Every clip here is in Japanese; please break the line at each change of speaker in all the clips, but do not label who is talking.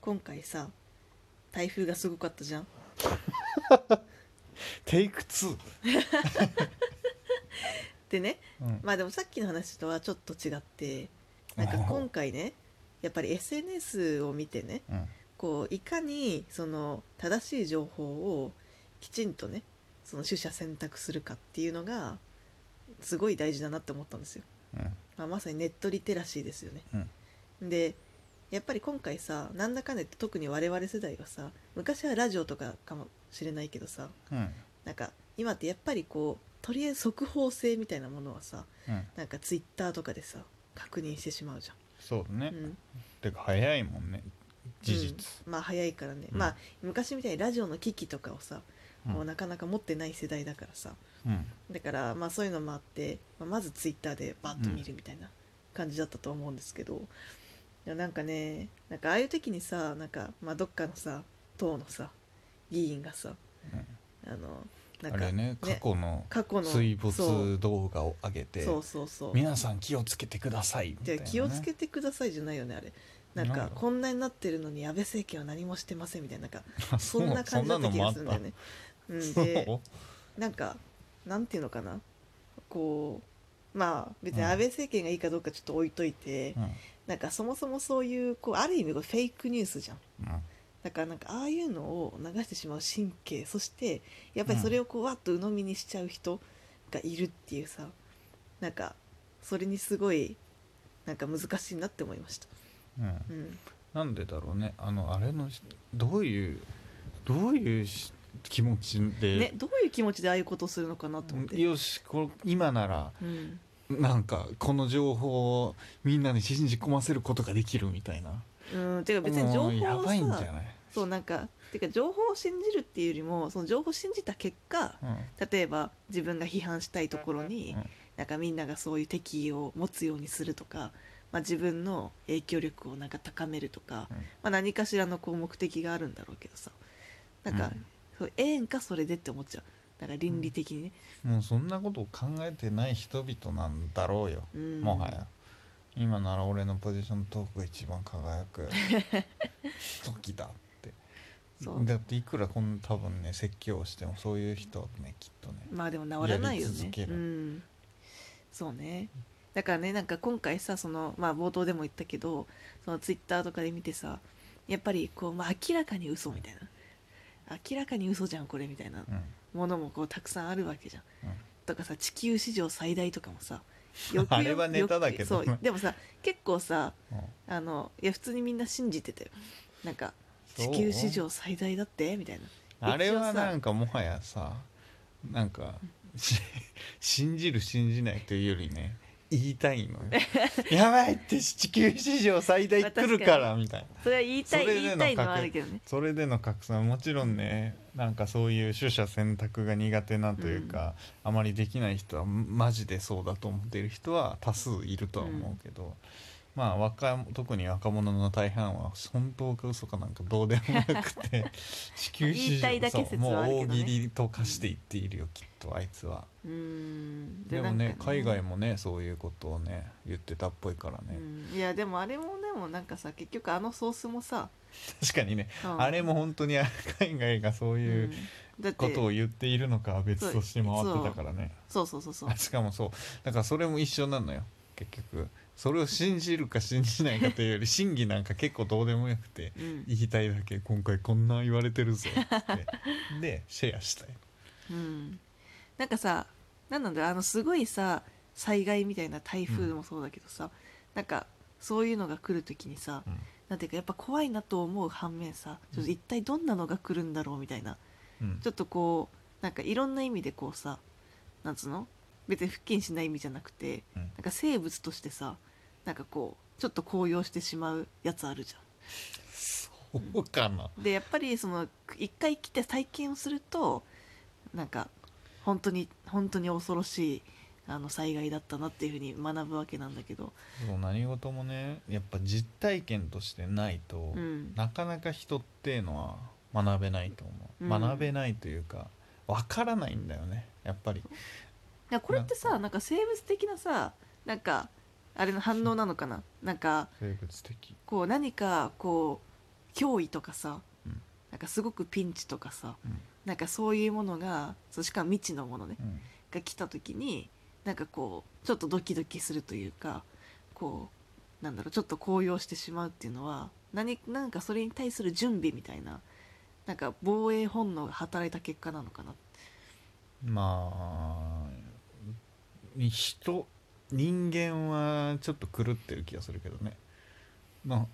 今回さ台風がすごかったじゃん
テイク2、
でね
うん、
まあでもさっきの話とはちょっと違ってなんか今回ねやっぱり SNS を見てね
うん
こういかにその正しい情報をきちんとねその取捨選択するかっていうのがすごい大事だなって思ったんですよ、
うん
まあ、まさにネットリテラシーですよね、でやっぱり今回さなんだかんだ言って特に我々世代はさ昔はラジオとかかもしれないけどさ
うん
なんか今ってやっぱりこうとりあえず速報性みたいなものはさ
うん、
なんかツイッターとかでさ確認してしまうじ
そうだ
ゃ
ね
ん、、うん、
てか早いもんね事実、
うんまあ早いからね、
うん
まあ昔みたいにラジオの機器とかをさ、
うん
もうなかなか持ってない世代だからさ
うん
だからまあそういうのもあって、まあ、まずツイッターでバッと見るみたいな感じだったと思うんですけど、でもなんかねなんかああいう時にさなんか、まあ、どっかのさ党のさ議員がさあのなん
あ
か
れね過去の
過去の
水
そう
没動画を上げて
そうそうそう
皆さん気をつけてくださいみた
じゃ
い
あ
な、ね、
気をつ けてくださいじゃないよねあれなん
な
か
んだ
こんなになってるのに安倍政権は何もしてませんみたいななんか
あ
そんな感じだった気がするんだ よね。う
そ
ん
んなのもあ
で
った
なんかなんていうのかなこうまあ別に安倍政権がいいかどうかちょっと置いといて、
そう、
なんかそもそもそういうこうある意味こうフェイクニュースじゃん。
うんうん
だからなんかああいうのを流してしまう神経そしてやっぱりそれをこうわっと鵜呑みにしちゃう人がいるっていうさなんかそれにすごいなんか難しいなって思いました。
うん
うん、
なんでだろうねあのあれのどういうどういうし気持ち
ね
で、
どういう気持ちでああいうことをするのかなと思って。
よしこ今なら
うん、
なんかこの情報をみんなに信じ込ませることができるみたいな
うん、ていうか別に情報
もうや
を
ばいんじゃ
さ
ない、
そうなんかてか情報を信じるっていうよりもその情報を信じた結果
うん
例えば自分が批判したいところに、
うん
なんかみんながそういう敵意を持つようにするとか、まあ、自分の影響力をなんか高めるとか、
うん
まあ、何かしらのこう目的があるんだろうけどさなんか、
うん
そうええんかそれでって思っちゃうなんか倫理的にね、
もうそんなことを考えてない人々なんだろうよ、
うん
もはや今なら俺のポジショントークが一番輝 く時だって
そう
だっていくらこん多分ね説教をしてもそういう人はねきっとね
まあでも治らないよ
やり続
ね
け
う
る
んそうねだからねなんか今回さその、まあ、冒頭でも言ったけどそのツイッターとかで見てさやっぱりこう、まあ、明らかに嘘みたいな明らかに嘘じゃんこれみたいな
うん
ものもこうたくさんあるわけじゃん
うん
とかさ地球史上最大とかも さ
あれはネタだけど
よくそうでもさ結構さ
うん
あのいや普通にみんな信じてたよなんか
そう
地球史上最大だってみたいな
あれは
一応さ
なんかもはやさなんかし信じる信じないというよりね言いたい のよやばいって地球史上最大来るからみたいな
それは言いたい
それで
言
の
いたいのは
確
あるけどね
それでの拡散もちろんねなんかそういう取捨選択が苦手なというか、あまりできない人はマジでそうだと思っている人は多数いるとは思うけど、まあ若特に若者の大半は本当か嘘かなんかどうでもなくて 地球史
言いたい
上
だけ
そう
説
も
はあるけどね
う大喜利と化していっているよきっとあいつは。
うーん
でもね
なんか
海外もねそういうことをね言ってたっぽいからね、
うんいやでもあれもでもなんかさ結局あのソースもさ、
確かにね、
うん
あれも本当に海外がそうい
う
う。
んだって
ことを言っているのかは別として回ってたからね
そうそうそうそう
しかもそうだからそれも一緒なのよ結局それを信じるか信じないかというより真偽なんか結構どうでもよくて
うん、
言いたいだけ今回こんな言われてる ぞってでシェアしたい
うん、なんかさなんなんだろうあのすごいさ災害みたいな台風もそうだけどさ、なんかそういうのが来る時にさ、
うん
なんていうかやっぱ怖いなと思う反面さちょっと一体どんなのが来るんだろうみたいな
うん
ちょっとこうなんかいろんな意味でこうさなんつうの別に不謹慎な意味じゃなくて、
うん
なんか生物としてさなんかこうちょっと高揚してしまうやつあるじゃ。
そうかなん
でやっぱりその一回来て体験をするとなんか本当に本当に恐ろしいあの災害だったなっていうふうに学ぶわけなんだけど、
そう何事もねやっぱ実体験としてないと、
うん、
なかなか人っていうのは学べないと思う、
うん
学べないというかわからないんだよねやっぱり
いやこれってさなんか生物的なさなんかあれの反応なのかななんか
生物的
こう何かこう脅威とかさ、
うん
なんかすごくピンチとかさ、
うん
なんかそういうものがそうしかも未知のものね
うん
が来た時になんかこうちょっとドキドキするというかこうなんだろうちょっと高揚してしまうっていうのは何なんかそれに対する準備みたいななんか防衛本能が働いた結果なのかな
まあ人人間はちょっと狂ってる気がするけどねまあ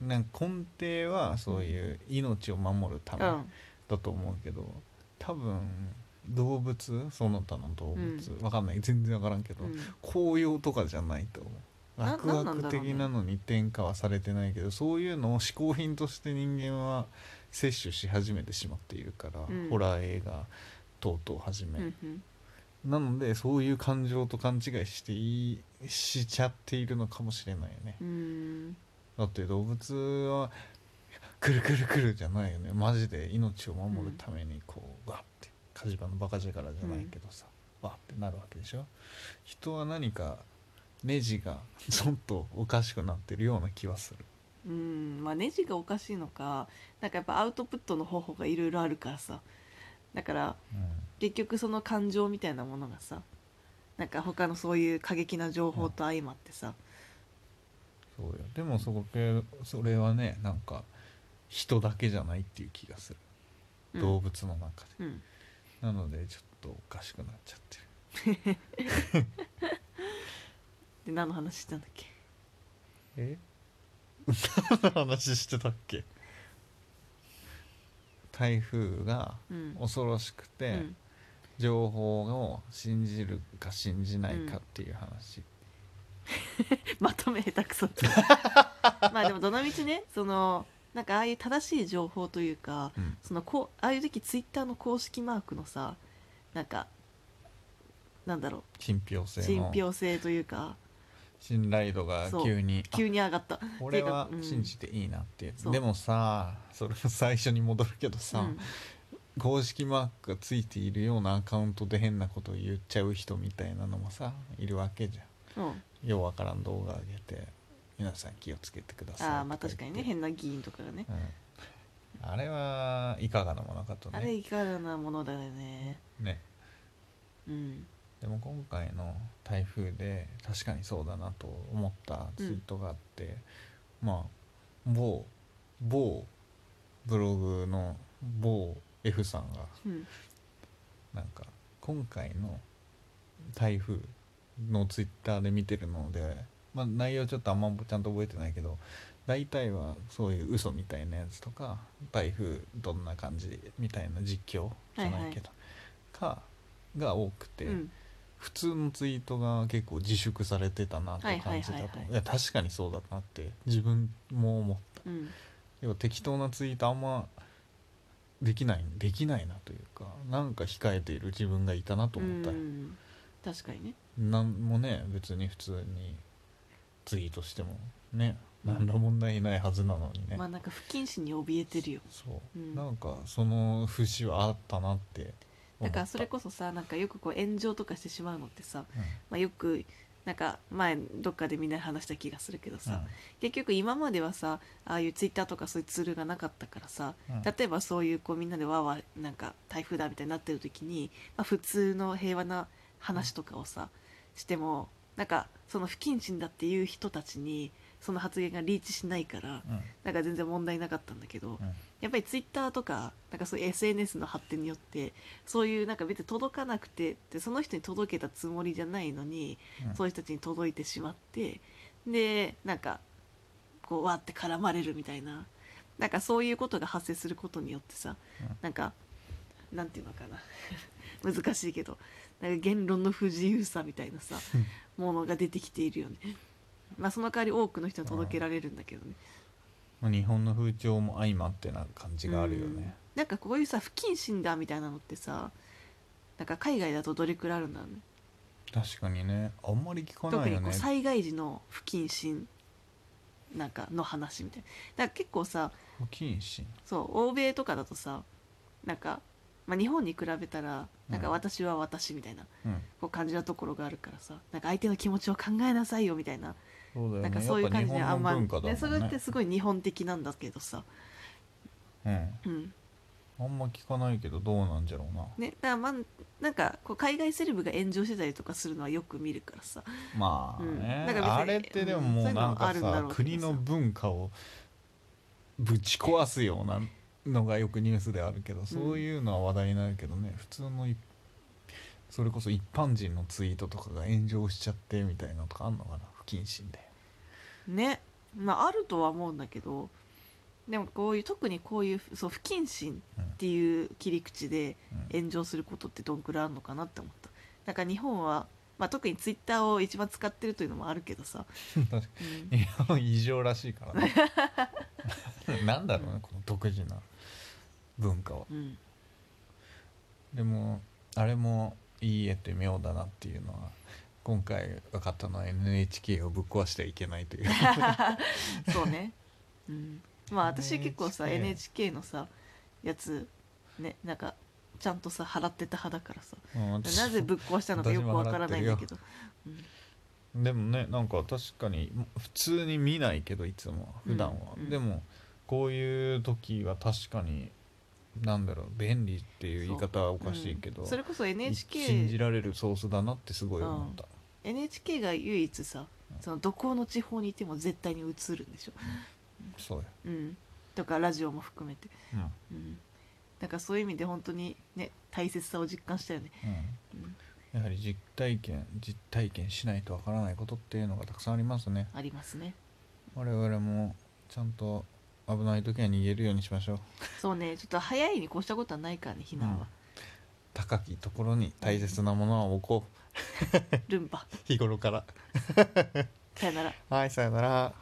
なんか根底はそういう命を守るため
うん
だと思うけど、多分動物その他の動物、
う
わかんない全然わからんけど、
うん
紅葉とかじゃないと思う
な
楽
なんなんだ
々
ろうね
的なのに転化はされてないけどそういうのを嗜好品として人間は摂取し始めてしまっているから、
うん
ホラー映画等々はじめ、
うんうん
なのでそういう感情と勘違いしていいしちゃっているのかもしれないよね
うーん
だって動物は「くるくるくる」じゃないよねマジで命を守るためにこう、わって火事場のバカ力じゃないけどさ、わってなるわけでしょ人は何かネジがちょっとおかしくなってるような気はする
うんまあネジがおかしいのかなんかやっぱアウトプットの方法がいろいろあるからさだから
う
結局その感情みたいなものがさなんか他のそういう過激な情報と相まってさ、
ん、そうよでもそこけそれはねなんか人だけじゃないっていう気がする、
うん
動物の中
う
で
ん、
なのでちょっとおかしくなっちゃってる
で何の話したんだっけ
え何の話してたっけ台風が
うん
恐ろしくて、
うん
情報を信じるか信じないかっていう話、
まとめ下手くそって まあでもどのみちねそのなんかああいう正しい情報というか
うん
そのこうああいう時ツイッターの公式マークのさなんかなんだろ
信憑
う
性
信
の
憑性というか
信頼度が急に
急に上がった
あ俺は
ていうかうん
信じていいなっていう、
そう
でもさそれも最初に戻るけどさ、
うん
公式マークがついているようなアカウントで変なことを言っちゃう人みたいなのもさいるわけじゃん
うん、
ようわからん動画上げて皆さん気をつけてください
ああまあ
と
確か
言
に
っ
ね
て
変な議員とかがね
うん、あれはいかがなものかと
あれ
ね
いかがなものだよね
ね
うん
でも今回の台風で確かにそうだなと思ったツイートがあって、まあ某某ブログの某 F さんが
うん
なんか今回の台風のツイッターで見てるので、まあ、内容ちょっとあんまちゃんと覚えてないけど大体はそういう嘘みたいなやつとか台風どんな感じみたいな実況じゃないけど、かが多くて、
うん
普通のツイートが結構自粛されてたなと感じたと、
はいいはいはいはい
や確かにそうだなって自分も思った
うん
要は適当なツイートあんまできないできないなというかなんか控えている自分がいたなと思ったよ、
うん確かにね
なんもね別に普通にツイートしてもね
うん
何ら問題ないはずなのにね、
まあなんか不謹慎に怯えてるよ
そ
う
う、
ん
なんかその節はあったなって
だ
思った
からそれこそさなんかよくこう炎上とかしてしまうのってさ、まあ、よくなんか前どっかでみんなで話した気がするけど
うん
さ、結局今まではさああいうツイッターとかそういうツールがなかったからさ、
うん
例えばそういうこうみんなでわーわーなんか台風だみたいになってる時に、まあ、普通の平和な話とかをさしてもなんかその不謹慎だっていう人たちにその発言がリーチしないから
うんうん
なんか全然問題なかったんだけど、
うん
やっぱりツイッターとかなんかそういう SNS の発展によってそういうなんか別に届かなくてでその人に届けたつもりじゃないのに、
うん
そういう人たちに届いてしまってでなんかこうわーって絡まれるみたいななんかそういうことが発生することによってさ、
うん
なんかなん ていうのかな難しいけどなんか言論の不自由さみたいなさものが出てきているよね。まあその代わり多くの人に届けられるんだけどね。
まあ日本の風潮も相まってな感じがあるよ
うん
ね、
なんかこういうさ不謹慎だみたいなのってさなんか海外だとどれくらいあるんだろうね
確かにねあんまり聞かな
特
い
に
よ
こ
ね
う災害時の不謹慎なんかの話みたいなだから結構さ
不謹慎
そう欧米とかだとさなんか、まあ、日本に比べたらなんか
うん
私は私みたいな
うん
こう感じなところがあるからさなんか相手の気持ちを考えなさいよみたいな
そうだよね
なんかそういう感じで
や
あ
っ
んま
ぱ日本の文化だもんね
ねそれってすごい日本的なんだけどさ、
うん
うん
あんま聞かないけどどうなんじゃろうな
ね、だからまあなんかこう海外セレブが炎上してたりとかするのはよく見るからさ
まあ
うん
ね、
だから別に
あれってでももうなん
う
か
んそういうのもあるんだ
さ
ろうけどさ
国の文化をぶち壊すようなのがよくニュースであるけど、そういうのは話題になるけどね普通のいそれこそ一般人のツイートとかが炎上しちゃってみたいなのとかあんのかな不謹慎で。
ねまああるとは思うんだけどでもこういう特にこういうそう不謹慎っていう切り口で
うん
炎上することってどんくらいあるのかなって思ったなんか日本は、まあ、特にツイッターを一番使ってるというのもあるけどさ、
確か
うん
に日本異常らしいからね なんだろうねこの独自な文化は。
うん
でもあれもいい絵って妙だなっていうのは今回分かったのは NHK をぶっ壊してはいけな いという
そうね、うん、まあ私結構さ NHK のさやつねなんかちゃんとさ払ってた派だから さ
うん
なぜぶっ壊したのかよくわからないんだけど
でもねなんか確かに普通に見ないけどいつもは
うん
普段は、
うん
でもこういう時は確かになんだろう便利っていう言い方はおかしいけど、
うんそれこそ
信じ
NHK,
られるソースだなってすごい思った、
NHK が唯一さそのどこの地方にいても絶対に映るんでしょ、
そうよ、
うん、とかラジオも含めて、
うんう
うん、なんかそういう意味で本当にね大切さを実感したよね、うん、
ん、やはり実体験実体験しないとわからないことっていうのがたくさんありますね
ありますね
我々もちゃんと危ない時は逃げるようにしましょう
そうねちょっと早いに越したことはないからね避難は、
高きところに大切なものは置こ
ルンバ
う日頃から
さよなら
はいさよなら